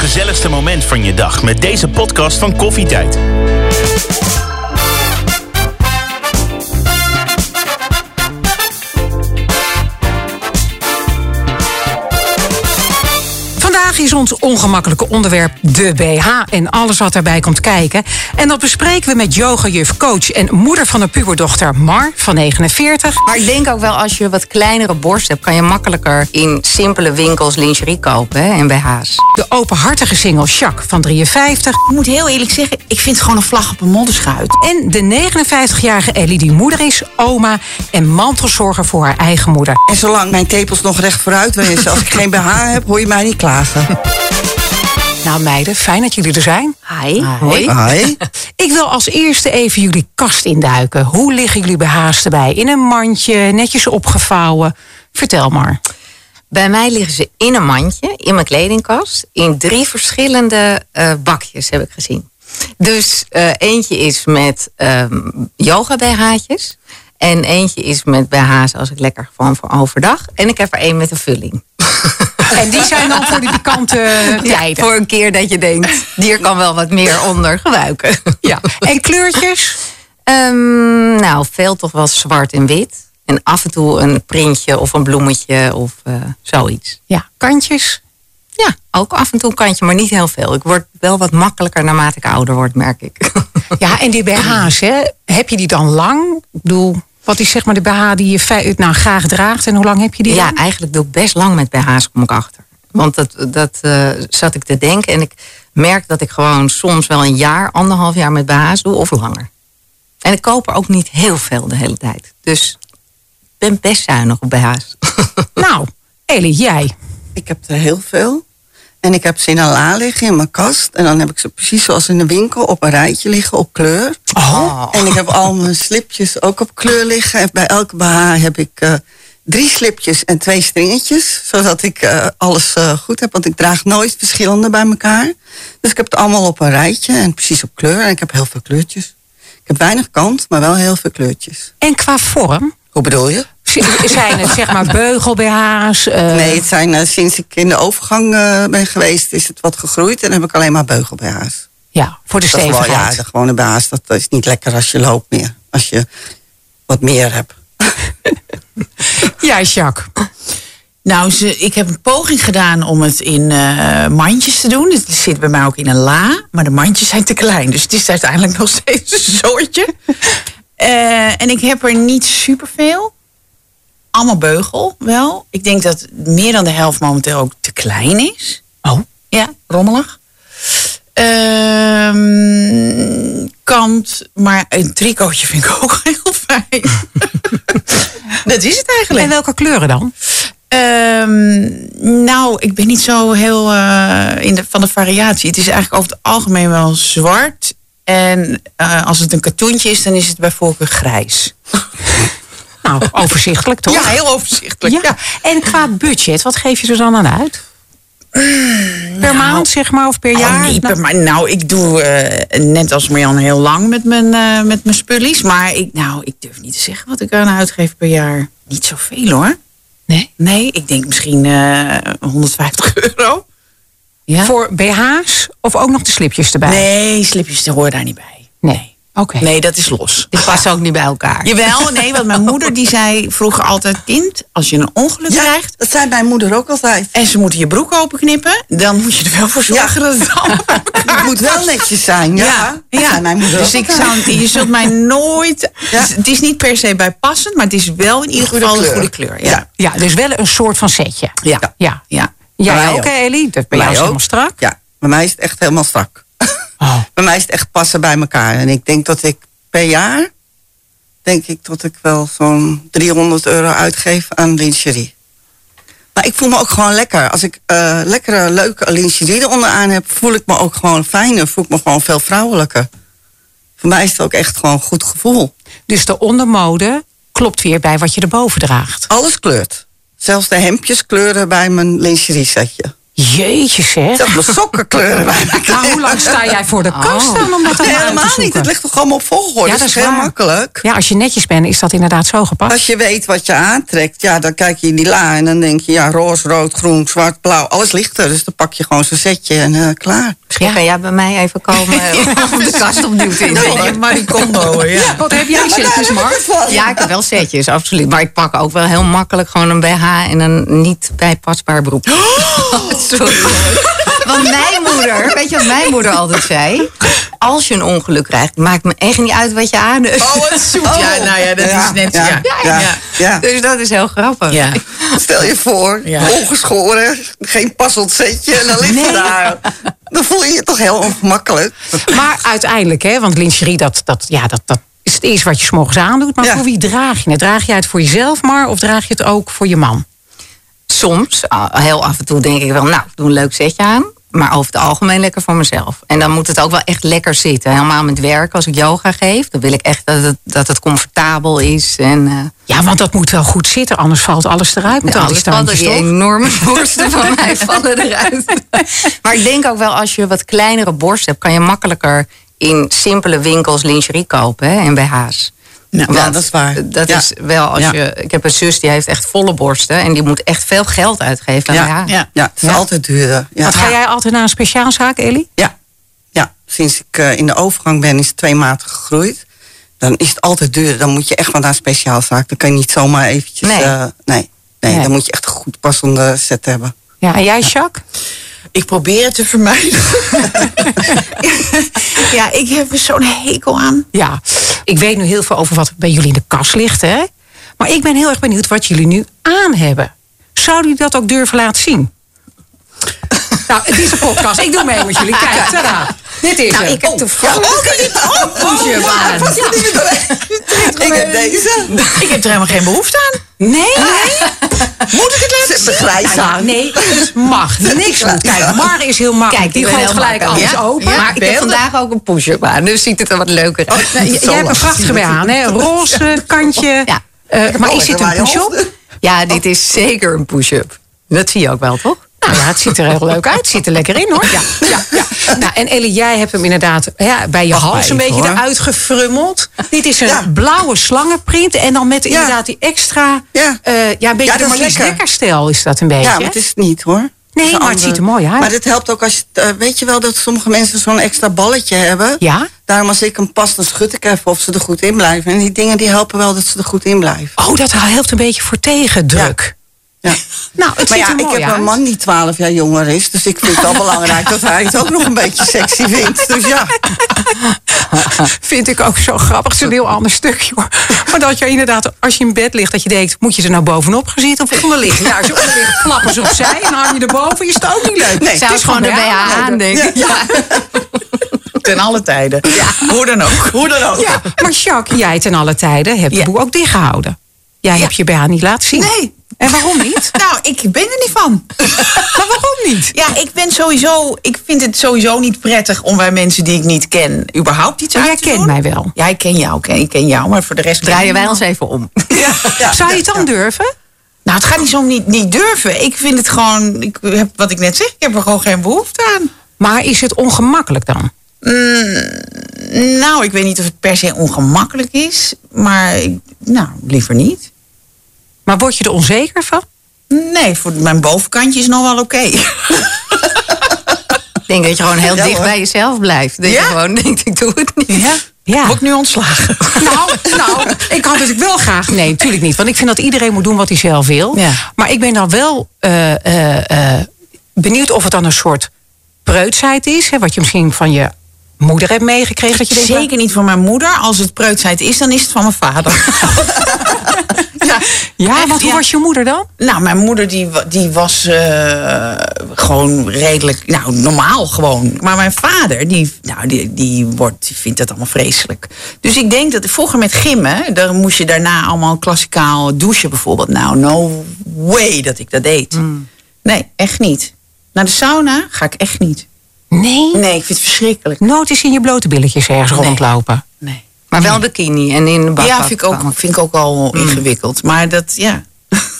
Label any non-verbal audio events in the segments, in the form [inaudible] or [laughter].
gezelligste moment van je dag met deze podcast van Koffietijd. Vandaag is ons ongemakkelijke onderwerp de BH en alles wat daarbij komt kijken. En dat bespreken we met yogajuf, coach en moeder van een puberdochter Mar van 49. Maar ik denk ook wel als je wat kleinere borst hebt, kan je makkelijker in simpele winkels lingerie kopen hè, en BH's. De openhartige single Jacques van 53. Ik moet heel eerlijk zeggen, ik vind het gewoon een vlag op een modderschuit. En de 59-jarige Ellie die moeder is, oma en mantelzorger voor haar eigen moeder. En zolang mijn tepels nog recht vooruit wezen, als ik geen BH heb, hoor je mij niet klagen. Nou meiden, fijn dat jullie er zijn. Hi. Hoi. [laughs] Ik wil als eerste even jullie kast induiken. Hoe liggen jullie BH's erbij? In een mandje, netjes opgevouwen. Vertel maar. Bij mij liggen ze in een mandje, in mijn kledingkast, in drie verschillende eh, bakjes heb ik gezien. Dus eh, eentje is met ehm yoga BH'tjes en eentje is met BH's als ik lekker gewoon voor overdag. En ik heb er één met een vulling. [laughs] En die zijn dan voor de pikante tijden. voor een keer dat je denkt, hier kan wel wat meer onder gebruiken. Ja. En kleurtjes? Ehm, nou, veel toch wel zwart en wit. En af en toe een printje of een bloemetje of eh, zoiets. Ja. Kantjes? Ja, ook af en toe een kantje, maar niet heel veel. Ik word wel wat makkelijker naarmate ik ouder word, merk ik. Ja, en die BH's, hè? heb je die dan lang? Ik bedoel, wat is zeg maar de BH die je fi- nou, graag draagt en hoe lang heb je die? ja, dan? eigenlijk doe ik best lang met BH's, kom ik achter. Want dat, dat eh, zat ik te denken. En ik merk dat ik gewoon soms wel een jaar, anderhalf jaar met BH's doe of langer. En ik koop er ook niet heel veel de hele tijd. Dus ik ben best zuinig op [laughs] BH's. Nou, Ellie, jij. Ik heb er heel veel. En ik heb ze in een la liggen in mijn kast. En dan heb ik ze precies zoals in de winkel op een rijtje liggen op kleur. Oh. En ik heb al mijn slipjes ook op kleur liggen. En bij elke BH heb ik eh, drie slipjes en twee stringetjes. Zodat ik eh, alles eh, goed heb. Want ik draag nooit verschillende bij elkaar. Dus ik heb het allemaal op een rijtje en precies op kleur. En ik heb heel veel kleurtjes. Ik heb weinig kant, maar wel heel veel kleurtjes. En qua vorm? Hoe bedoel je? Z- Zijn het zeg maar beugel-BH's? eh, Nee, het zijn eh, sinds ik in de overgang eh, ben geweest, is het wat gegroeid en heb ik alleen maar beugel bij haas. Ja, voor de Dat is wel ja, stevigheid. de gewone baas. Dat is niet lekker als je loopt meer. Als je wat meer hebt. Ja, Jacques. Nou, ze, ik heb een poging gedaan om het in eh, mandjes te doen. Het zit bij mij ook in een la, maar de mandjes zijn te klein. Dus het is uiteindelijk nog steeds een soortje. Eh, en ik heb er niet superveel. Allemaal beugel wel. Ik denk dat meer dan de helft momenteel ook te klein is. Oh. Ja, rommelig. Ehm, kant, maar een tricootje vind ik ook [laughs] heel fijn. dat is het eigenlijk. En welke kleuren dan? Ehm, nou, ik ben niet zo heel eh, in de, van de variatie. Het is eigenlijk over het algemeen wel zwart. En eh, als het een katoentje is, dan is het bij voorkeur grijs. Nou, overzichtelijk toch? Ja, heel overzichtelijk. Ja. Ja. En qua budget, wat geef je er dan aan uit? Per maand, zeg maar, of per jaar? Ja, oh, niet Nou, per ma- nou, ik doe eh, net als Marjan heel lang met mijn, eh, met mijn spullies. Maar ik, nou, ik durf niet te zeggen wat ik aan uitgeef per jaar. Niet zoveel hoor. Nee? Nee, ik denk misschien eh 150 euro. Ja? Voor BH's of ook nog de slipjes erbij? Nee, slipjes die horen daar niet bij. Nee. Oké. Nee, dat is los. Die passen ook niet bij elkaar. Jawel, nee, want mijn moeder die zei vroeger altijd... kind, als je een ongeluk krijgt dat zei mijn moeder ook altijd. [laughs] en ze moeten je broek openknippen... dan moet je er wel voor zorgen dat het allemaal bij elkaar Het moet wel netjes zijn, ja. Dat zei mijn moeder dus ook ik altijd. zou, je zult mij nooit... Ja. Het is niet per se bijpassend, maar het is wel in ieder Goede geval een kleur. goede kleur. Ja. Ja, Ja, dus wel een soort van setje. ja. Ja. ja. Jij Wij ook, ook. hè, Ellie? Dat bij Wij jou is ook. helemaal strak. Ja, bij mij is het echt helemaal strak. Oh. [laughs] Bij mij is het echt passen bij elkaar. En ik denk dat ik per jaar, denk ik dat ik wel zo'n 300 euro uitgeef aan lingerie. Maar ik voel me ook gewoon lekker. Als ik eh, lekkere, leuke lingerie eronder aan heb, voel ik me ook gewoon fijner. Voel ik me gewoon veel vrouwelijker. Voor mij is het ook echt gewoon een goed gevoel. Dus de ondermode klopt weer bij wat je erboven draagt. Alles kleurt. Zelfs de hemdjes kleuren bij mijn lingerie setje. Jeetje zeg. Zeg, mijn sokkenkleuren bijna [laughs] Maar hoe [laughs] lang sta jij voor de kast dan om dat dan Oh. Nee, maar uit te helemaal zoeken? niet. Het ligt toch allemaal op volgorde. Ja, dat is heel waar. makkelijk. Ja, als je netjes bent, is dat inderdaad zo gepast. Als je weet wat je aantrekt, ja, dan kijk je in die la en dan denk je, ja, roze, rood, groen, zwart, blauw, alles ligt er. Dus dan pak je gewoon zo'n setje en eh, klaar. Misschien Ja. kan jij bij mij even komen eh, om de kast opnieuw te invullen. Maricondo, ja. Wat heb jij maar daar zitten, heb ik Mark? het van. Ja, ik heb wel setjes, absoluut. Maar ik pak ook wel heel makkelijk gewoon een BH en een niet bijpasbaar broek. [laughs] Sorry. jongens. Want mijn moeder, weet je wat mijn moeder altijd zei? Als je een ongeluk krijgt, maakt me echt niet uit wat je aan hebt. Oh, wat zoet. Ja, nou ja, dat is net... Ja. Ja, ja, Ja. ja. Dus dat is heel grappig. Ja. Stel je voor, Ja. ongeschoren, geen passend setje en dan ligt het daar. Dan voel je je toch heel ongemakkelijk. Maar uiteindelijk, hè, want lingerie, dat, dat, ja, dat, dat is het eerste wat je 's morgens aandoet. Maar Ja. voor wie draag je het? Draag jij het voor jezelf maar of draag je het ook voor je man? Soms, ah, heel af en toe denk ik wel, nou, ik doe een leuk setje aan. Maar over het algemeen lekker voor mezelf. En dan moet het ook wel echt lekker zitten. Helemaal met werk, als ik yoga geef, dan wil ik echt dat het, dat het comfortabel is. En, eh, Ja, want dat moet wel goed zitten, anders valt alles eruit met Ja, al die alles valt er, standjes, die toch? [laughs] enorme borsten van mij vallen eruit. Maar ik denk ook wel, als je wat kleinere borst hebt... kan je makkelijker in simpele winkels lingerie kopen hè, en BH's. Nou, Want ja, dat is waar. Dat Ja. is wel als Ja. je... Ik heb een zus die heeft echt volle borsten... en die moet echt veel geld uitgeven aan Ja, BH. ja. ja het is Ja. altijd duurder. Ja. Want ga jij altijd naar een speciaalzaak, Ellie? Ja. ja, sinds ik eh, in de overgang ben is het twee maten gegroeid. Dan is het altijd duurder. Dan moet je echt wel naar een speciaalzaak. Dan kan je niet zomaar eventjes... Nee. eh, nee. Nee, Nee. dan moet je echt een goed passende set hebben. Ja, en jij, Jacques? Ik probeer het te vermijden. [laughs] ja, ik heb er zo'n hekel aan. Ja, ik weet nu heel veel over wat bij jullie in de kast ligt, hè? Maar ik ben heel erg benieuwd wat jullie nu aan hebben. Zouden jullie dat ook durven laten zien? [laughs] nou, het is een podcast. Ik doe mee met jullie. Kijk, tada. Dit is Nou, hem. ik heb toevallig... Oh, Ah, aan. ja. Ik heb deze. Ik heb er helemaal geen behoefte aan. Nee, nee. Moet ik het laten zien? grijs Ja, nee, het mag. [laughs] Niks moet. Kijk, Mar is heel makkelijk. Kijk, die ik ben gooit heel gelijk makkelijk. alles Ja, open. ja. maar ik heb beelden. vandaag ook een push-up aan, dus ziet het er wat leuker uit. J- Oh, nou, jij hebt een prachtige bij aan, hè? Een Roze kantje. Ja. Eh, maar is lekker dit een bij je push-up? handen. Ja, dit is zeker een push-up. Dat zie je ook wel, toch? Nou ja, het ziet er heel leuk uit. Het zit er lekker in hoor. Ja, ja, ja. Nou, en Ellie, jij hebt hem inderdaad ja, bij je hals een even, beetje hoor. eruit gefrummeld. Dit is een Ja. blauwe slangenprint. En dan met inderdaad die extra... Ja. eh, ja een beetje Ja, de dat is Marlies lekker. Dekker-stijl is dat een beetje. Ja, maar het is het niet hoor. Het is een maar het andere- ziet er mooi uit. Maar dit helpt ook als je. het, eh, weet je wel dat sommige mensen zo'n extra balletje hebben? Ja? Daarom als ik hem pas, dan schud ik even of ze er goed in blijven. En die dingen die helpen wel dat ze er goed in blijven. Oh, dat helpt een beetje voor tegendruk. Ja. Nou, het Maar ziet ja, er ik mooi heb uit. een man die 12 jaar jonger is. Dus ik vind [laughs] het wel belangrijk dat hij het ook nog een beetje sexy vindt. Dus ja. Vind ik ook zo grappig. Het is een heel ander stukje hoor. Maar dat je inderdaad, als je in bed ligt, dat je denkt: moet je er nou bovenop gaan zitten of onder liggen? Ja, als je onder ligt, flappen ze opzij en dan hang je erboven. Is het ook niet leuk? Nee, Ik zou het is gewoon de gewoon BH bij aan, denk ik. Ja. Ten alle tijden. Hoe dan ook. Hoe dan ook. Ja, maar Jacques, jij ten alle tijden hebt Ja. de boel ook dichtgehouden. Jij hebt je BH niet laten zien. Nee. En waarom niet? Nou, ik ben er niet van. Maar waarom niet? Ja, ik ben sowieso. Ik vind het sowieso niet prettig om bij mensen die ik niet ken überhaupt iets Maar aan jij te kent doen. mij wel. Ja, ik ken jou. oké, ik ken jou, maar voor de rest Draaien wij ons even om. Zou je het dan durven? Nou, het gaat niet zo om niet, niet durven. Ik vind het gewoon. Ik heb, wat ik net zeg, ik heb er gewoon geen behoefte aan. Maar is het ongemakkelijk dan? Nou, ik weet niet of het per se ongemakkelijk is, maar ik- nou, liever niet. Maar word je er onzeker van? Nee, voor mijn bovenkantje is nog wel oké. Ik denk dat je gewoon heel Ja, dicht hoor. bij jezelf blijft. Dat Ja. je gewoon denkt, ik doe het niet. Ja? Ja. Word ik nu ontslagen? Nou, nou, ik had het wel graag. Nee, natuurlijk niet. Want ik vind dat iedereen moet doen wat hij zelf wil. Ja. Maar ik ben dan wel eh, eh, eh, benieuwd of het dan een soort preutsheid is. Hè, wat je misschien van je moeder hebt meegekregen. Dat je denkt, Zeker niet van mijn moeder. Als het preutsheid is, dan is het van mijn vader. ja, [laughs] Ja, echt, want hoe was je moeder dan? Nou, mijn moeder die, wa- die was eh, gewoon redelijk, nou normaal gewoon. Maar mijn vader, die, nou, die, die, wordt, die vindt dat allemaal vreselijk. Dus ik denk dat vroeger met gimmen, dan moest je daarna allemaal klassikaal douchen bijvoorbeeld. Nou, no way dat ik dat deed. Hmm. Nee, echt niet. Naar de sauna ga ik echt niet. Nee, Nee, ik vind het verschrikkelijk. nooit eens in je blote billetjes ergens Nee. rondlopen. Nee. Maar wel bikini en in de bak. Mm. Ja, vind ik, ook, vind ik ook al ingewikkeld. Maar dat, ja.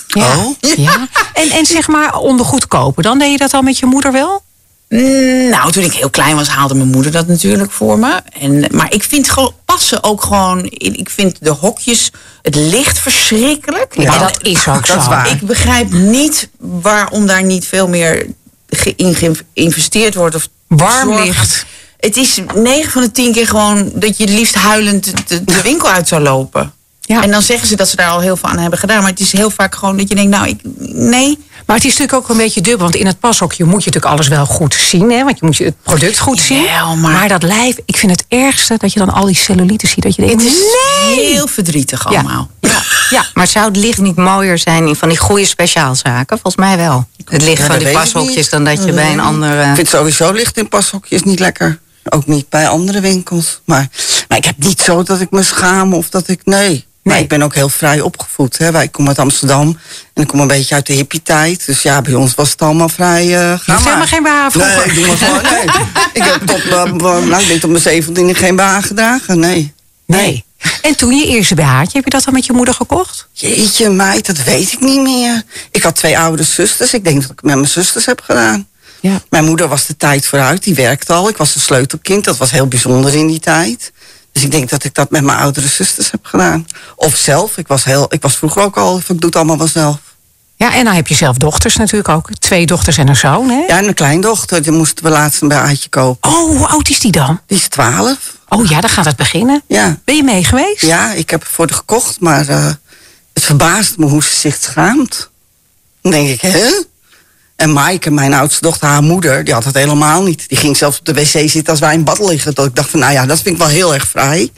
Ja. Oh. ja. En, en zeg maar ondergoed kopen. Dan deed je dat al met je moeder wel? Mm, Nou, toen ik heel klein was, haalde mijn moeder dat natuurlijk voor me. En, maar ik vind gewoon passen ook gewoon. Ik vind de hokjes, het licht verschrikkelijk. Ja, En dat is ook dat is zo. waar. Ik begrijp niet waarom daar niet veel meer ge- in geïnvesteerd wordt. Of Warm zorg- licht. Het is 9 van de 10 keer gewoon dat je het liefst huilend de- de, de winkel uit zou lopen. Ja. En dan zeggen ze dat ze daar al heel veel aan hebben gedaan. Maar het is heel vaak gewoon dat je denkt, nou, ik, nee. Maar het is natuurlijk ook een beetje dubbel. Want in het pashokje moet je natuurlijk alles wel goed zien. Hè? Want je moet je het product goed zien. Jawel, maar- dat lijf, ik vind het ergste dat je dan al die cellulite ziet. Dat je denkt, Het is nee! heel verdrietig Ja. allemaal. Ja, ja. Maar zou het licht niet mooier zijn in van die goede speciaalzaken? Volgens mij wel. Het licht Ja, van dat die weet ik pashokjes niet. dan dat je Dat bij weet een eh, ik niet. Ik andere... vind sowieso licht in pashokjes niet lekker. Ook niet bij andere winkels. Maar, maar ik heb niet zo dat ik me schaam of dat ik... Nee. Maar Nee. ik ben ook heel vrij opgevoed. Hè. Wij- Ik kom uit Amsterdam en ik kom een beetje uit de hippie tijd. Dus ja, bij ons was het allemaal vrij... eh ga hoeft helemaal maar. geen BH vroeger. Nee, ik doe maar gewoon. Nee. ik heb tot, eh, nou, ik denk tot mijn zeventiende geen BH gedragen. Nee. Nee. En toen je eerste BH'tje, heb je dat dan met je moeder gekocht? Jeetje meid, dat weet ik niet meer. Ik had twee oudere zusters. Ik denk dat ik het met mijn zusters heb gedaan. Ja. Mijn moeder was de tijd vooruit, die werkte al. Ik was een sleutelkind, dat was heel bijzonder in die tijd. Dus ik denk dat ik dat met mijn oudere zusters heb gedaan. Of zelf, ik was, heel, ik was vroeger ook al, van, ik doe het allemaal wel zelf. Ja, en dan heb je zelf dochters natuurlijk ook. Twee dochters en een zoon, hè? Ja, en mijn kleindochter, die moesten we laatst een baadje kopen. Oh, hoe oud is die dan? Die is 12. Oh ja, dan gaat het beginnen. Ja. Ben je mee geweest? ja, ik heb het voor haar gekocht, maar eh, het verbaast me hoe ze zich schaamt. Dan denk ik, hè? En Maaike, mijn oudste dochter, haar moeder, die had het helemaal niet. Die ging zelfs op de wc zitten als wij in bad liggen. Dat ik dacht van, nou ja, dat vind ik wel heel erg vrij.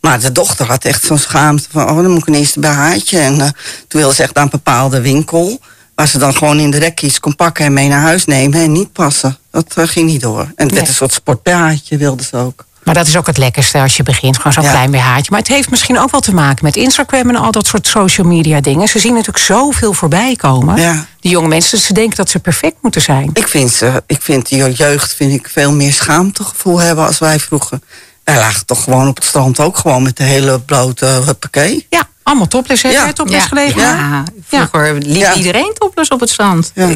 Maar de dochter had echt zo'n schaamte van, oh, dan moet ik ineens een BH'tje. En eh, toen wilde ze echt naar een bepaalde winkel... waar ze dan gewoon in de rekjes kon pakken en mee naar huis nemen en niet passen. Dat eh, ging niet door. En het Nee. werd een soort sport-BH'tje, wilde ze ook. Maar dat is ook het lekkerste als je begint. Gewoon zo'n Ja. klein BH'tje. Maar het heeft misschien ook wel te maken met Instagram en al dat soort social media dingen. Ze zien natuurlijk zoveel voorbij komen. Ja. Die jonge mensen, ze denken dat ze perfect moeten zijn. Ik vind, ze, ik vind die jeugd vind ik veel meer schaamtegevoel hebben als wij vroeger. Wij lagen toch gewoon op het strand ook gewoon met de hele blote huppakee. Ja, allemaal topless, hè? Ja. Ja. Topless gelegen? ja. vroeger liep Ja. iedereen topless op het strand. Ja.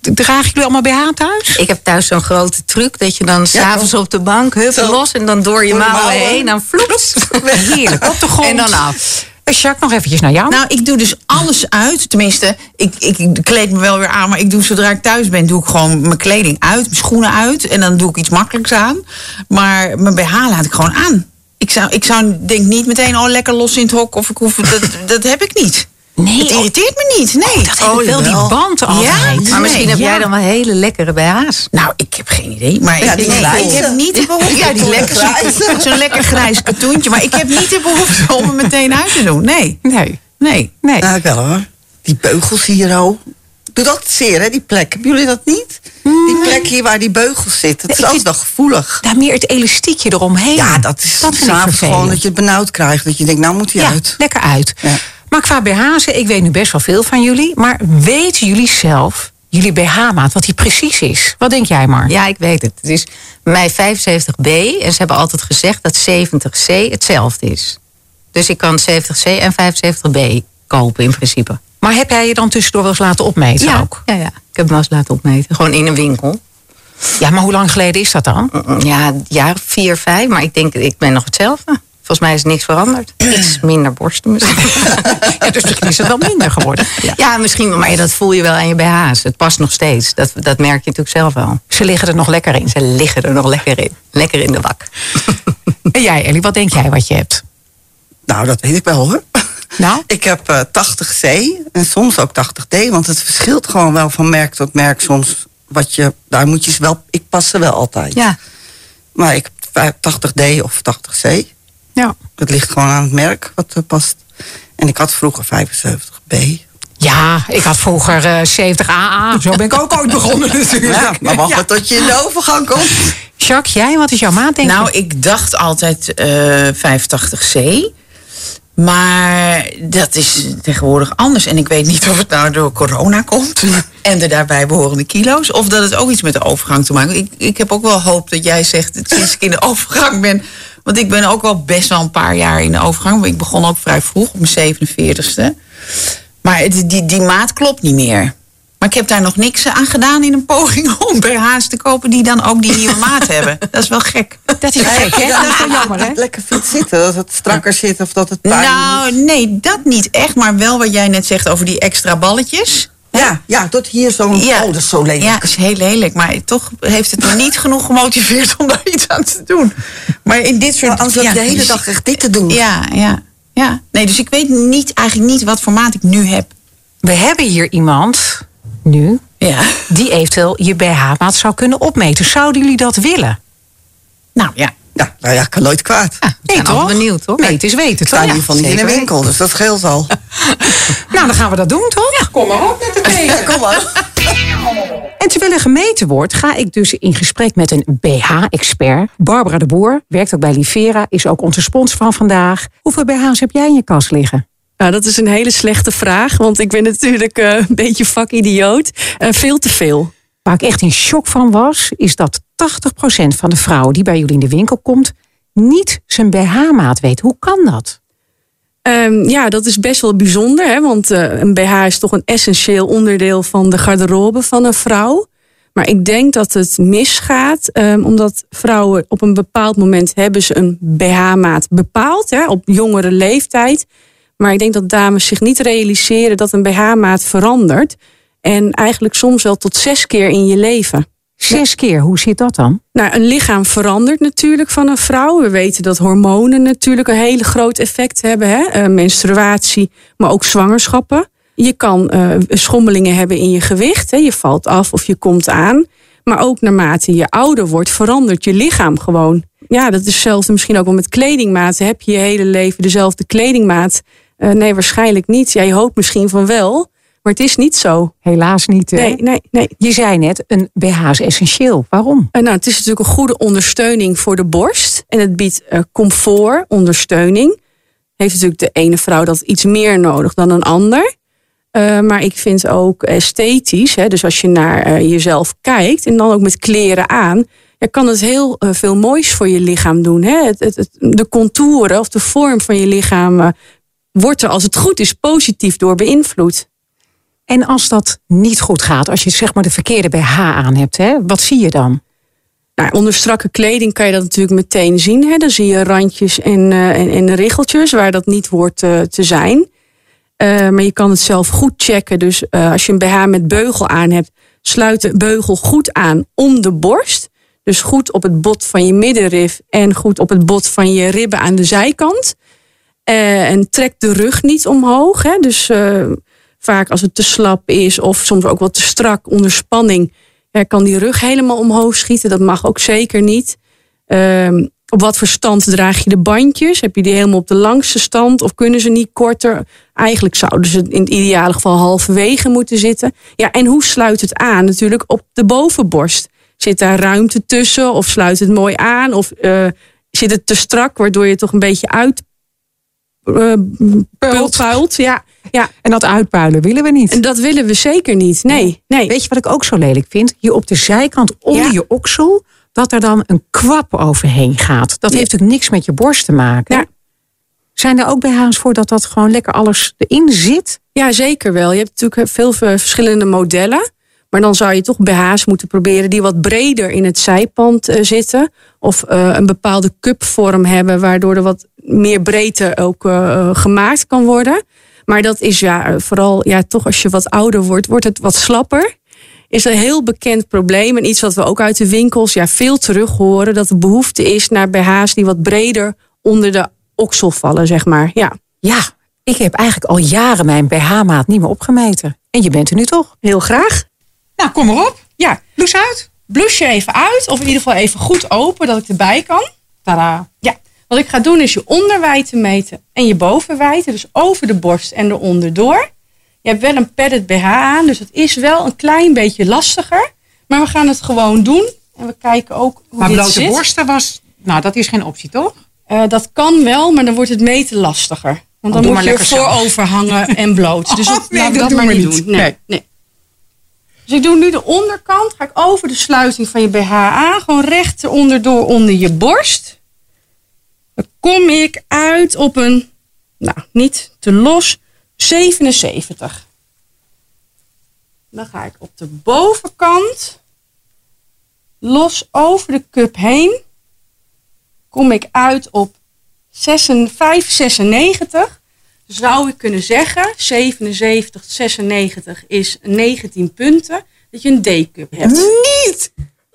Dragen jullie allemaal BH thuis? Ik heb thuis zo'n grote truc dat je dan s'avons op de bank huppen Zo. los en dan door je Door de mouwen mouwen. heen. Dan floeps. Heerlijk, op de grond. En dan af. Eh, Jacques, nog eventjes naar jou. Nou, ik doe dus alles uit. Tenminste, ik, ik kleed me wel weer aan. Maar ik doe zodra ik thuis ben, doe ik gewoon mijn kleding uit, mijn schoenen uit. En dan doe ik iets makkelijks aan. Maar mijn BH laat ik gewoon aan. Ik zou, ik zou denk niet meteen, oh lekker los in het hok. Of ik hoef, dat, dat heb ik niet. nee, Het irriteert me niet, nee. Oh, dat heb ik wel, die band altijd. Ja? Oh, Maar misschien heb Nee, jij ja. dan wel hele lekkere BH's. Nou, ik heb geen idee. Maar Ja, ik, die nee, grijze. ik heb niet de behoefte. Ja, die lekker zo'n- zo'n lekker grijs katoentje. Maar ik heb niet de behoefte om hem meteen uit te doen. Nee, Nee, nee. nee. Nou, ik wel hoor. Die beugels hier al. Doe dat zeer, hè, die plek. Hebben jullie dat niet? Die plek hier waar die beugels zitten. Het is Ik altijd wel gevoelig. Daar Nou, meer het elastiekje eromheen. Ja, dat is dat vind ik s'avonds gewoon vervelend. dat je het benauwd krijgt. Dat je denkt, nou moet hij ja, uit. lekker uit. Ja. Maar qua BH's, ik weet nu best wel veel van jullie. Maar weten jullie zelf, jullie BH-maat, wat die precies is? Wat denk jij maar? Ja, ik weet het. Het is mij 75B en ze hebben altijd gezegd dat 70C hetzelfde is. Dus ik kan 70C en 75B kopen in principe. Maar heb jij je dan tussendoor wel eens laten opmeten ook? ja, ja. Ik heb hem wel eens laten opmeten. Gewoon in een winkel. Ja, maar hoe lang geleden is dat dan? Ja, jaar 4, 5, maar ik denk, ik ben nog hetzelfde. Volgens mij is niks [clears throat] veranderd. Iets minder [laughs] borsten misschien. Ja, dus misschien is het wel minder geworden. Ja. misschien, wel, maar dat voel je wel aan je BH's. Het past nog steeds. Dat, dat merk je natuurlijk zelf wel. Ze liggen er nog lekker in. Ze liggen er nog lekker in. Lekker in de wak. En jij, Ellie, wat denk jij wat je hebt? Nou, dat weet ik wel hoor. Nou? [laughs] Ik heb eh, 80C en soms ook 80D, want het verschilt gewoon wel van merk tot merk soms. Wat je, daar moet je ze wel, ik pas ze wel altijd. [laughs] Ja. Maar ik heb vijf- 80D of 80C. Ja. Dat ligt gewoon aan het merk wat er past. En ik had vroeger 75B. Ja, ik had vroeger eh, 70 AA. Zo ben ik ook ooit begonnen natuurlijk. Ja, Nou, maar wacht maar tot je in de overgang komt. [laughs] Jacques, jij, wat is jouw maat denk Nou, je? ik dacht altijd eh 85C. Maar dat is tegenwoordig anders. En ik weet niet of het nou door corona komt [laughs] en de daarbij behorende kilo's. Of dat het ook iets met de overgang te maken heeft. Ik, ik heb ook wel hoop dat jij zegt, dat sinds ik in de [laughs] overgang ben. Want ik ben ook wel best wel een paar jaar in de overgang. Maar ik begon ook vrij vroeg, op mijn 47ste. Maar het- die, die maat klopt niet meer. Maar ik heb daar nog niks aan gedaan in een poging [laughs] om BH's te kopen die dan ook die nieuwe maat [laughs] hebben. Dat is wel gek. Dat is gek, hè? Dat is wel jammer, hè? Lekker fit zitten, dat het strakker zit of dat het pijn Nou, nee, dat niet echt. Maar wel wat jij net zegt over die extra balletjes. Ja, ja, tot hier zo'n... Oh, dat is zo lelijk. Ja, is heel lelijk. Maar toch heeft het me niet genoeg gemotiveerd om daar iets aan te doen. Maar in dit soort... Maar anders ja, dus loop je de hele dag echt dit te doen. Ja, ja, ja. Nee, dus ik weet niet, eigenlijk niet wat voor maat ik nu heb. We hebben hier iemand, nu, Ja. die eventueel je BH-maat zou kunnen opmeten. Zouden jullie dat willen? Nou ja. Ja, nou ja, kan nooit kwaad. Nee, ben altijd benieuwd, hoor. Nee, het is weten, Ik sta in toch? ieder geval niet in de winkel, dus dat scheelt al. Nou, dan gaan we dat doen, toch? kom maar op met het [laughs] Ja, kom maar. En terwijl er gemeten wordt, ga ik dus in gesprek met een BH-expert. Barbara de Boer, werkt ook bij Livera, is ook onze sponsor van vandaag. Hoeveel BH's heb jij in je kast liggen? Nou, dat is een hele slechte vraag, want ik ben natuurlijk eh, een beetje vakidioot. Eh, veel te veel. Waar ik echt in shock van was, is dat 80% van de vrouwen die bij jullie in de winkel komt, niet zijn BH-maat weet. Hoe kan dat? Ehm, ja, dat is best wel bijzonder, hè, want eh, een BH is toch een essentieel onderdeel van de garderobe van een vrouw. Maar ik denk dat het misgaat, ehm, omdat vrouwen op een bepaald moment hebben ze een BH-maat bepaald, hè, op jongere leeftijd. Maar ik denk dat dames zich niet realiseren dat een BH-maat verandert. En eigenlijk soms wel tot zes keer in je leven. Zes keer, hoe zit dat dan? Nou, een lichaam verandert natuurlijk van een vrouw. We weten dat hormonen natuurlijk een hele groot effect hebben. Hè? Eh, menstruatie, maar ook zwangerschappen. Je kan eh, schommelingen hebben in je gewicht. Hè? Je valt af of je komt aan. Maar ook naarmate je ouder wordt, verandert je lichaam gewoon. Ja, dat is hetzelfde misschien ook wel met kledingmaten. Heb je je hele leven dezelfde kledingmaat? Eh, nee, waarschijnlijk niet. Jij hoopt misschien van wel, maar het is niet zo. Helaas niet. hè? Nee, nee, nee. Je zei net, een BH is essentieel. Waarom? Eh, nou, het is natuurlijk een goede ondersteuning voor de borst. En het biedt eh, comfort, ondersteuning. Heeft natuurlijk de ene vrouw dat iets meer nodig dan een ander. Eh, maar ik vind ook esthetisch, hè, dus als je naar eh, jezelf kijkt en dan ook met kleren aan, ja, kan het heel eh, veel moois voor je lichaam doen. Hè? Het, het, het- de contouren of de vorm van je lichaam eh, wordt er, als het goed is, positief door beïnvloed. En als dat niet goed gaat, als je zeg maar de verkeerde BH aan hebt, hè, wat zie je dan? Nou, onder strakke kleding kan je dat natuurlijk meteen zien. Hè? Dan zie je randjes en, eh, en, en richeltjes waar dat niet hoort eh, te zijn. Eh, maar je kan het zelf goed checken. Dus eh, als je een BH met beugel aan hebt, sluit de beugel goed aan om de borst. Dus goed op het bot van je middenrif en goed op het bot van je ribben aan de zijkant. Eh, en trek de rug niet omhoog. Hè? Dus eh, vaak als het te slap is of soms ook wat te strak onder spanning, eh, kan die rug helemaal omhoog schieten. Dat mag ook zeker niet. Ehm, op wat voor stand draag je de bandjes? Heb je die helemaal op de langste stand of kunnen ze niet korter? Eigenlijk zouden ze in het ideale geval halverwege moeten zitten. Ja, en hoe sluit het aan? Natuurlijk op de bovenborst. Zit daar ruimte tussen of sluit het mooi aan? Of eh, zit het te strak waardoor je toch een beetje uit eh, pult, Ja, ja. En dat uitpuilen willen we niet. En dat willen we zeker niet. Nee, nee. Weet je wat ik ook zo lelijk vind? Hier op de zijkant onder Ja. je oksel, dat er dan een kwap overheen gaat. Dat Ja. heeft natuurlijk niks met je borst te maken. Ja. Zijn er ook BH's voor dat dat gewoon lekker alles erin zit? Ja, zeker wel. Je hebt natuurlijk veel ver- verschillende modellen. Maar dan zou je toch BH's moeten proberen die wat breder in het zijpand eh, zitten. Of eh, een bepaalde cupvorm hebben, waardoor er wat meer breedte ook eh, eh, gemaakt kan worden. Maar dat is ja, eh, vooral ja, toch als je wat ouder wordt, wordt het wat slapper. Is een heel bekend probleem en iets wat we ook uit de winkels ja, veel terug horen. Dat de behoefte is naar BH's die wat breder onder de oksel vallen, zeg maar. Ja, Ja, ik heb eigenlijk al jaren mijn BH-maat niet meer opgemeten. En je bent er nu toch? heel graag. Nou, kom maar op. Ja, blouse uit. Blouse je even uit. Of in ieder geval even goed open, dat ik erbij kan. Tada. Ja. Wat ik ga doen is je onderwijten meten en je bovenwijten. Dus over de borst en eronder door. Je hebt wel een padded BH aan, dus het is wel een klein beetje lastiger. Maar we gaan het gewoon doen. En we kijken ook hoe Maar dit blote zit. borsten was... Nou, dat is geen optie, toch? Eh, dat kan wel, maar dan wordt het meten lastiger. Want dan Oh, doe moet maar je lekker ervoor overhangen en bloot. [laughs] Dus Oh, dat, nee, laten we dat dat maar doen we niet niet. doen. Nee, Nee. nee. Dus ik doe nu de onderkant. Ga ik over de sluiting van je BH aan. Gewoon recht onderdoor onder je borst. Dan kom ik uit op een, nou niet te los, 77. Dan ga ik op de bovenkant los over de cup heen. Kom ik uit op 5,96. Zou ik kunnen zeggen, 77, 96 is 19 punten, dat je een D-cup hebt. Niet!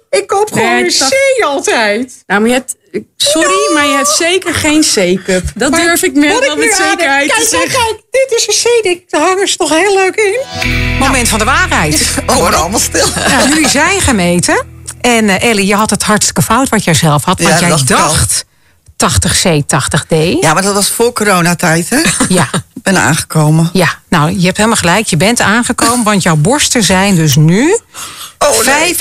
Ik koop gewoon Nee, een dat- C altijd. Nou, maar je hebt, sorry, maar je hebt zeker geen C-cup. Dat durf ik meer Wat wel ik nu met aan zekerheid te Kijk, zeggen. kijk, kijk. Dit is een C. die- Daar hangen ze toch heel leuk in. Moment van de waarheid. Oh, worden allemaal stil. Nou, [laughs] jullie zijn gemeten. En eh, Ellie, je had het hartstikke fout wat jij zelf had. Want Ja, jij dat kan. dacht 80C, 80D. Ja. Ja, maar dat was voor coronatijd, hè? Ik ja, ben aangekomen. nou, je hebt helemaal gelijk. Je bent aangekomen, want jouw borsten zijn dus nu... Oh, nee.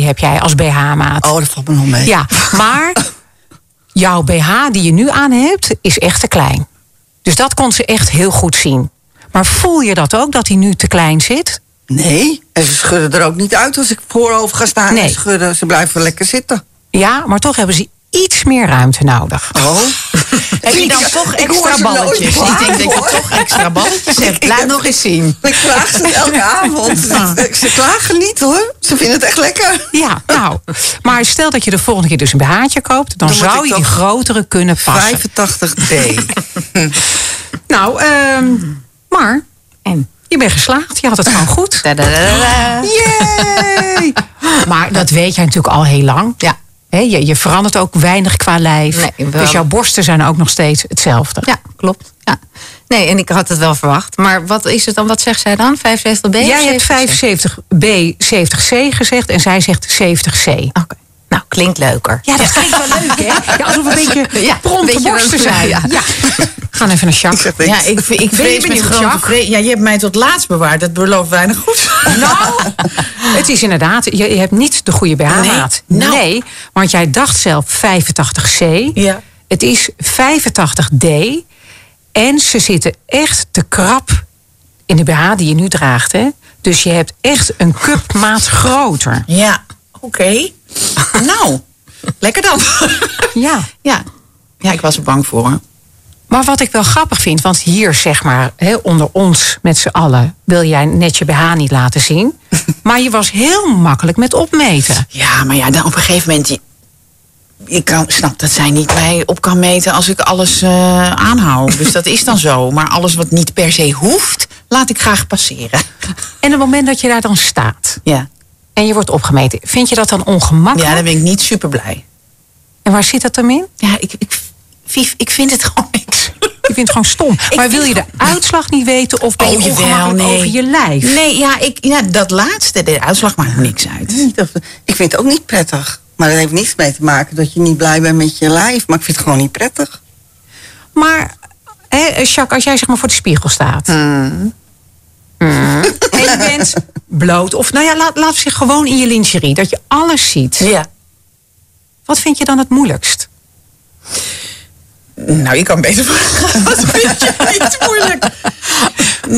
85D heb jij als BH-maat. Oh, dat valt me nog mee. Ja, maar jouw BH die je nu aan hebt, is echt te klein. Dus dat kon ze echt heel goed zien. Maar voel je dat ook, dat hij nu te klein zit? Nee, en ze schudden er ook niet uit als ik voorover ga staan. Nee. En schudden, ze blijven lekker zitten. Ja, maar toch hebben ze iets meer ruimte nodig. Oh. Heb je dan toch Ik hoor extra ze nooit balletjes? Ik denk klagen, dat je hoor. toch extra balletjes hebt. ik Laat [laughs] heb- nog eens zien. Ik klaag ze [laughs] elke avond. Ah. Ze- Ze klagen niet hoor. Ze vinden het echt lekker. Ja, nou. Maar stel dat je de volgende keer dus een BH'tje koopt... dan, Dan moet zou ik je die toch grotere kunnen passen. [laughs] 85D. Nou, ehm, maar En? je bent geslaagd. Je had het gewoon [laughs] goed. Tadadadada. Yay! Maar dat weet jij natuurlijk al heel lang. Ja. Hè, je, je verandert ook weinig qua lijf. Nee, wel. dus jouw borsten zijn ook nog steeds hetzelfde. Ja, klopt. Ja. Nee, en ik had het wel verwacht. Maar wat is het dan? Wat zegt zij dan? 75B? Jij hebt 75. 75B, 70C gezegd en zij zegt 70C. Oké. Nou, klinkt leuker. Ja, dat klinkt wel leuk, hè? Ja, alsof we een beetje Ja, pronte weet je wel, borsten zijn. Ja. ja. Gaan even naar Ik Jacques. zeg niks. Ja, ik, [laughs] ik vrees met benieuwd, grote Jacques? vre- Ja, je hebt mij tot laatst bewaard. Dat belooft weinig [laughs] goed. Nou, [laughs] het is inderdaad, je, je hebt niet de goede BH-maat. Nee? Nou. want jij dacht zelf 85C. Ja. Het is 85D. En ze zitten echt te krap in de BH die je nu draagt. Hè? Dus je hebt echt een cupmaat groter. Ja, oké. nou, lekker [laughs] dan. Ja. ja. ja, ik was er bang voor. Maar wat ik wel grappig vind, want hier zeg maar, hè, onder ons met z'n allen, wil jij net je BH niet laten zien. [laughs] Maar je was heel makkelijk met opmeten. Ja, maar ja, dan op een gegeven moment... je- Ik kan, snap dat zij niet mij op kan meten als ik alles eh aanhoud. Dus dat is dan zo. Maar alles wat niet per se hoeft, laat ik graag passeren. [laughs] En het moment dat je daar dan staat Ja, en je wordt opgemeten, vind je dat dan ongemakkelijk? ja dan ben ik niet super blij. En waar zit dat dan in? Ja, ik, ik, Vief, ik vind het gewoon [laughs] niks. Je vindt het gewoon stom. maar wil je de uitslag niet weten of ben je Oh, jawel, ongemakkelijk over je lijf? Nee, ja, ik, ja, dat laatste, de uitslag maakt me niks uit. Niet of- Ik vind het ook niet prettig. Maar dat heeft niks mee te maken dat je niet blij bent met je lijf. Maar ik vind het gewoon niet prettig. Maar hè, eh, Jacques, als jij zeg maar voor de spiegel staat. Hmm. En je bent bloot. Of nou ja, laat, laat zich gewoon in je lingerie. Dat je alles ziet. Ja. Wat vind je dan het moeilijkst? Nou, je kan beter [laughs] vragen. Wat vind je niet moeilijk?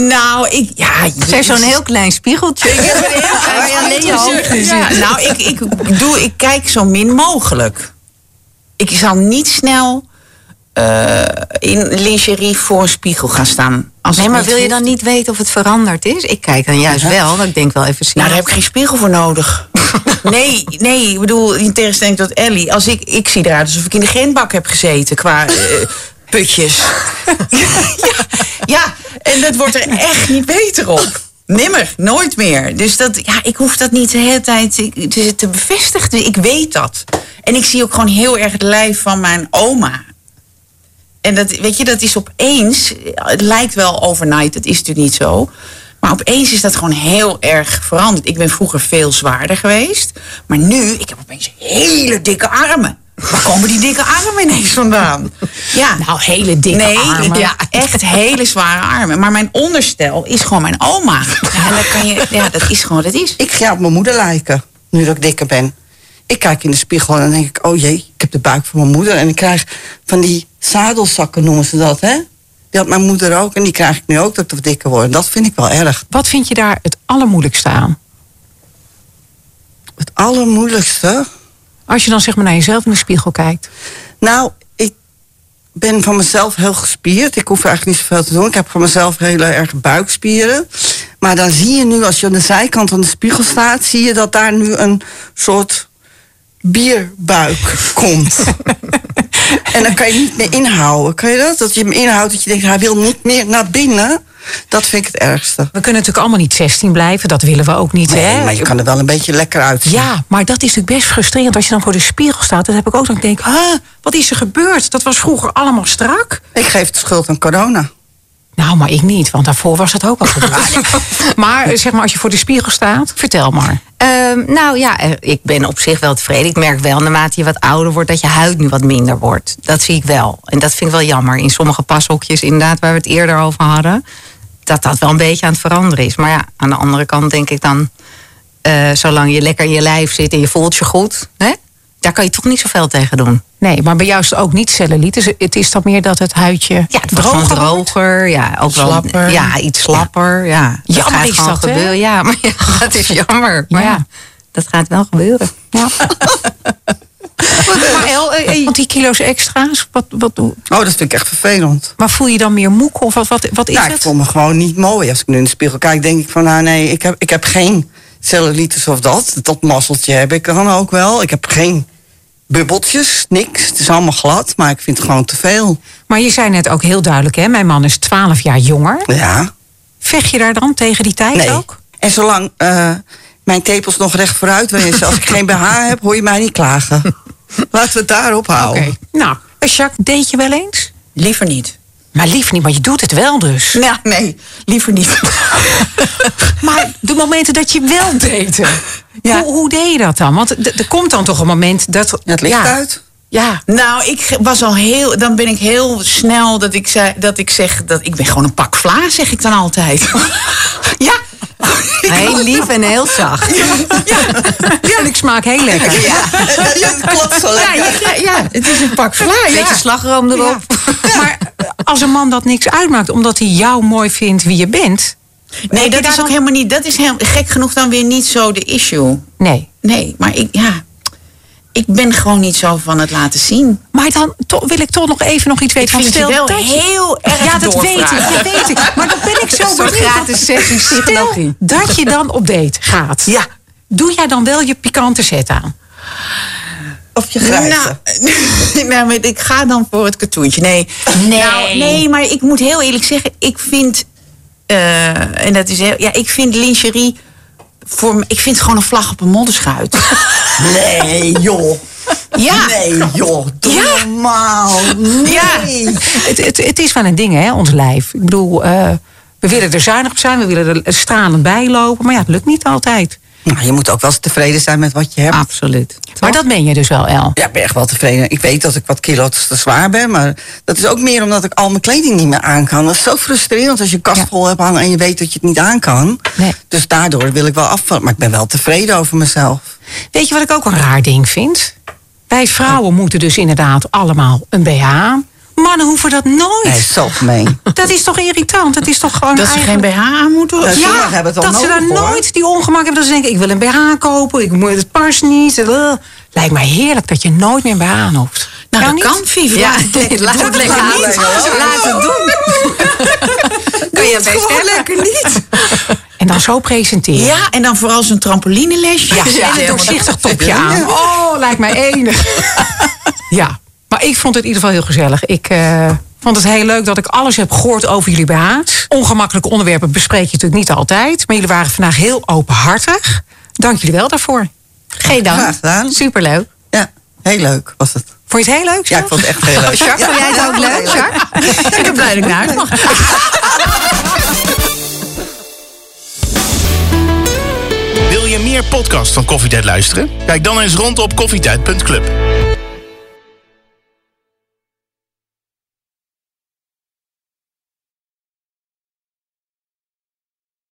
Nou, ik... Ja, Ze heeft zo'n jezus. heel klein spiegeltje. Ik heb een heel klein Ja, nou, ik, ik, doe, ik kijk zo min mogelijk. Ik zal niet snel eh, in lingerie voor een spiegel gaan staan. Als Nee, het maar niet wil je hoeft. dan niet weten of het veranderd is? Ik kijk dan juist wel, want ik denk wel even zien. Nou, daar heb ik geen spiegel voor nodig. Nee, nee, ik bedoel, in tegenstelling tot Ellie. Als ik, ik zie eruit alsof ik in de grindbak heb gezeten qua eh, putjes. ja, ja, en dat wordt er echt niet beter op. Nimmer, nooit meer. Dus dat, ja, ik hoef dat niet de hele tijd te- te, te bevestigen. Ik weet dat. En ik zie ook gewoon heel erg het lijf van mijn oma. En dat, weet je, dat is opeens, het lijkt wel overnight, dat is natuurlijk niet zo. Maar opeens is dat gewoon heel erg veranderd. Ik ben vroeger veel zwaarder geweest. Maar nu, ik heb opeens hele dikke armen. Waar komen die dikke armen ineens vandaan? Ja. Nou, hele dikke nee, armen. ik- [laughs] ja, echt hele zware armen. Maar mijn onderstel is gewoon mijn oma. Ja, en dat, kan je, ja, dat is gewoon wat het is. Ik ga op mijn moeder lijken. Nu dat ik dikker ben. Ik kijk in de spiegel en dan denk ik... Oh jee, ik heb de buik van mijn moeder. En ik krijg van die zadelzakken noemen ze dat, hè? Die had mijn moeder ook. En die krijg ik nu ook dat ik dikker word. Dat vind ik wel erg. Wat vind je daar het allermoeilijkste aan? Het allermoeilijkste... Als je dan zeg maar naar jezelf in de spiegel kijkt. Nou, ik ben van mezelf heel gespierd. Ik hoef eigenlijk niet zoveel te doen. Ik heb van mezelf heel erg buikspieren. Maar dan zie je nu, als je aan de zijkant van de spiegel staat, zie je dat daar nu een soort bierbuik komt. en dan kan je niet meer inhouden. Kan je dat? Dat je hem inhoudt, dat je denkt, hij wil niet meer naar binnen. Dat vind ik het ergste. We kunnen natuurlijk allemaal niet 16 blijven, dat willen we ook niet. Nee, hè? maar je kan er wel een beetje lekker uitzien. Ja, maar dat is natuurlijk best frustrerend als je dan voor de spiegel staat. Dat heb ik ook. Dan denk ik, huh, wat is er gebeurd? Dat was vroeger allemaal strak. Ik geef de schuld aan corona. Nou, maar ik niet, want daarvoor was het ook al gebeurd. maar eh, zeg maar, als je voor de spiegel staat, vertel maar. Ehm, nou ja, eh, ik ben op zich wel tevreden. Ik merk wel, naarmate je wat ouder wordt, dat je huid nu wat minder wordt. Dat zie ik wel. En dat vind ik wel jammer. In sommige pashokjes, inderdaad, waar we het eerder over hadden, dat dat wel een beetje aan het veranderen is. Maar ja, aan de andere kant denk ik dan, eh, zolang je lekker in je lijf zit en je voelt je goed, hè, daar kan je toch niet zoveel tegen doen. Nee, maar bij jou is het ook niet cellulite. Dus Het is dan meer dat het huidje Ja, het wordt gewoon droger wordt. droger. Ja, ook wel- Slapper. ja, iets slapper. Ja. Dat Jammer gaat is gewoon dat, hè? gebeuren. Ja, maar ja, [laughs] dat is jammer. Maar Ja. ja. dat gaat wel gebeuren. Maar El, eh, eh, want die kilo's extra's, wat, wat, Oh, dat vind ik echt vervelend. maar voel je dan meer moek of wat, wat, wat is nou, ik het? voel me gewoon niet mooi. Als ik nu in de spiegel kijk, denk ik van, nou nee, ik heb, ik heb geen cellulitis of dat. Dat mazzeltje heb ik dan ook wel. Ik heb geen bubbeltjes, niks. Het is allemaal glad, maar ik vind het gewoon te veel. Maar je zei net ook heel duidelijk, hè? mijn man is 12 jaar jonger. Ja, Vecht je daar dan tegen die tijd nee. ook? En zolang eh, mijn tepels nog recht vooruit [laughs] wezen, als ik geen BH heb, hoor je mij niet klagen. Laten we het daarop houden. Nou, eh, Jacques, deed je wel eens? Liever niet. Maar lief niet, maar je doet het wel dus. Nou, nee, liever [laughs] niet. Maar de momenten dat je wel date. Ja. Hoe, hoe deed je dat dan? Want d- er komt dan toch een moment dat... Het ligt ja, uit. Ja, Nou, ik ge- was al heel. Dan ben ik heel snel dat ik, zei, dat ik zeg. dat Ik ben gewoon een pak vla, zeg ik dan altijd. [laughs] [laughs] ja. Heel lief en heel [laughs] zacht. ja. En ik smaak heel lekker. Het klopt zo Ja, lekker. ja, ja, het is een pak vla. Een beetje Ja. slagroom erop. [laughs] Maar eh, als een man dat niks uitmaakt, omdat hij jou mooi vindt wie je bent... Nee, je dat daar is ook dan- helemaal niet. Dat is heel, gek genoeg dan weer niet zo de issue. Nee. Nee, maar ik, ja. Ik ben gewoon niet zo van het laten zien. Maar dan to- wil ik toch nog even nog iets weten. Ik vind want je stel wel dat heel erg Ja, dat weet ik, doorvragen. dat weet ik. Maar dan ben ik zo soort benieuwd. want gratis sessie Stel psychologie. dat je dan op date gaat. Ja. Doe jij dan wel je pikante set aan? Of je grijze. Nou, [laughs] nou, maar ik ga dan voor het katoentje. Nee. Nee. Nou, nee, maar ik moet heel eerlijk zeggen, ik vind. eh, en dat is heel, ja, ik vind lingerie. Voor, m- ik vind het gewoon een vlag op een modderschuit. Nee, joh. ja. Nee, joh. Doe Ja. normaal. Nee. Ja. Het, het, het is wel een ding, hè, ons lijf. Ik bedoel, eh, we willen er zuinig op zijn, we willen er stralend bij lopen. Maar ja, het lukt niet altijd. Nou, je moet ook wel eens tevreden zijn met wat je hebt. Absoluut. Maar Maar dat ben je dus wel, El. Ja, ik ben echt wel tevreden. Ik weet dat ik wat kilo's te zwaar ben, maar dat is ook meer omdat ik al mijn kleding niet meer aan kan. Dat is zo frustrerend als je een kast Ja. vol hebt hangen en je weet dat je het niet aan kan. Nee. Dus daardoor wil ik wel afvallen, maar ik ben wel tevreden over mezelf. Weet je wat ik ook een raar ding vind? Wij vrouwen moeten dus inderdaad allemaal een BH aan. Mannen hoeven dat nooit. Nee, zo gemeen. Dat is toch irritant? Dat is toch gewoon Dat ze geen eigenlijk- BH aan moeten. Ja, Ja. sommigen hebben het dat wel ze daar nodig, hoor. nooit die ongemak hebben. Dat ze denken, ik wil een BH kopen, ik moet het past niet. eh. Lijkt mij heerlijk dat je nooit meer een BH aan hoeft. Nou, Jou dat niet? kan, Vivi. ja, Laat het lekker. [laughs] laat Doe het het lekker gewoon niet. niet. Laat [laughs] het doen. Kun je best hebben. lekker niet. En dan zo presenteren. Ja, en dan vooral zo'n trampolinelesje. Ja, en een doorzichtig topje aan. Oh, lijkt mij enig. [laughs] ja, maar ik vond het in ieder geval heel gezellig. Ik eh, vond het heel leuk dat ik alles heb gehoord over jullie BH's. Ongemakkelijke onderwerpen bespreek je natuurlijk niet altijd. Maar jullie waren vandaag heel openhartig. Dank jullie wel daarvoor. Geen dank. Graag gedaan. Superleuk. Ja, heel leuk was het. Vond je het heel leuk? Ja, Sjoerd? ik vond het echt heel leuk. Jacques, vond jij het ook leuk, Jacques? Ik ben blij dat ik naar huis mag. Wil je meer podcasts van Koffietijd luisteren? Kijk dan eens rond op koffietijd.club.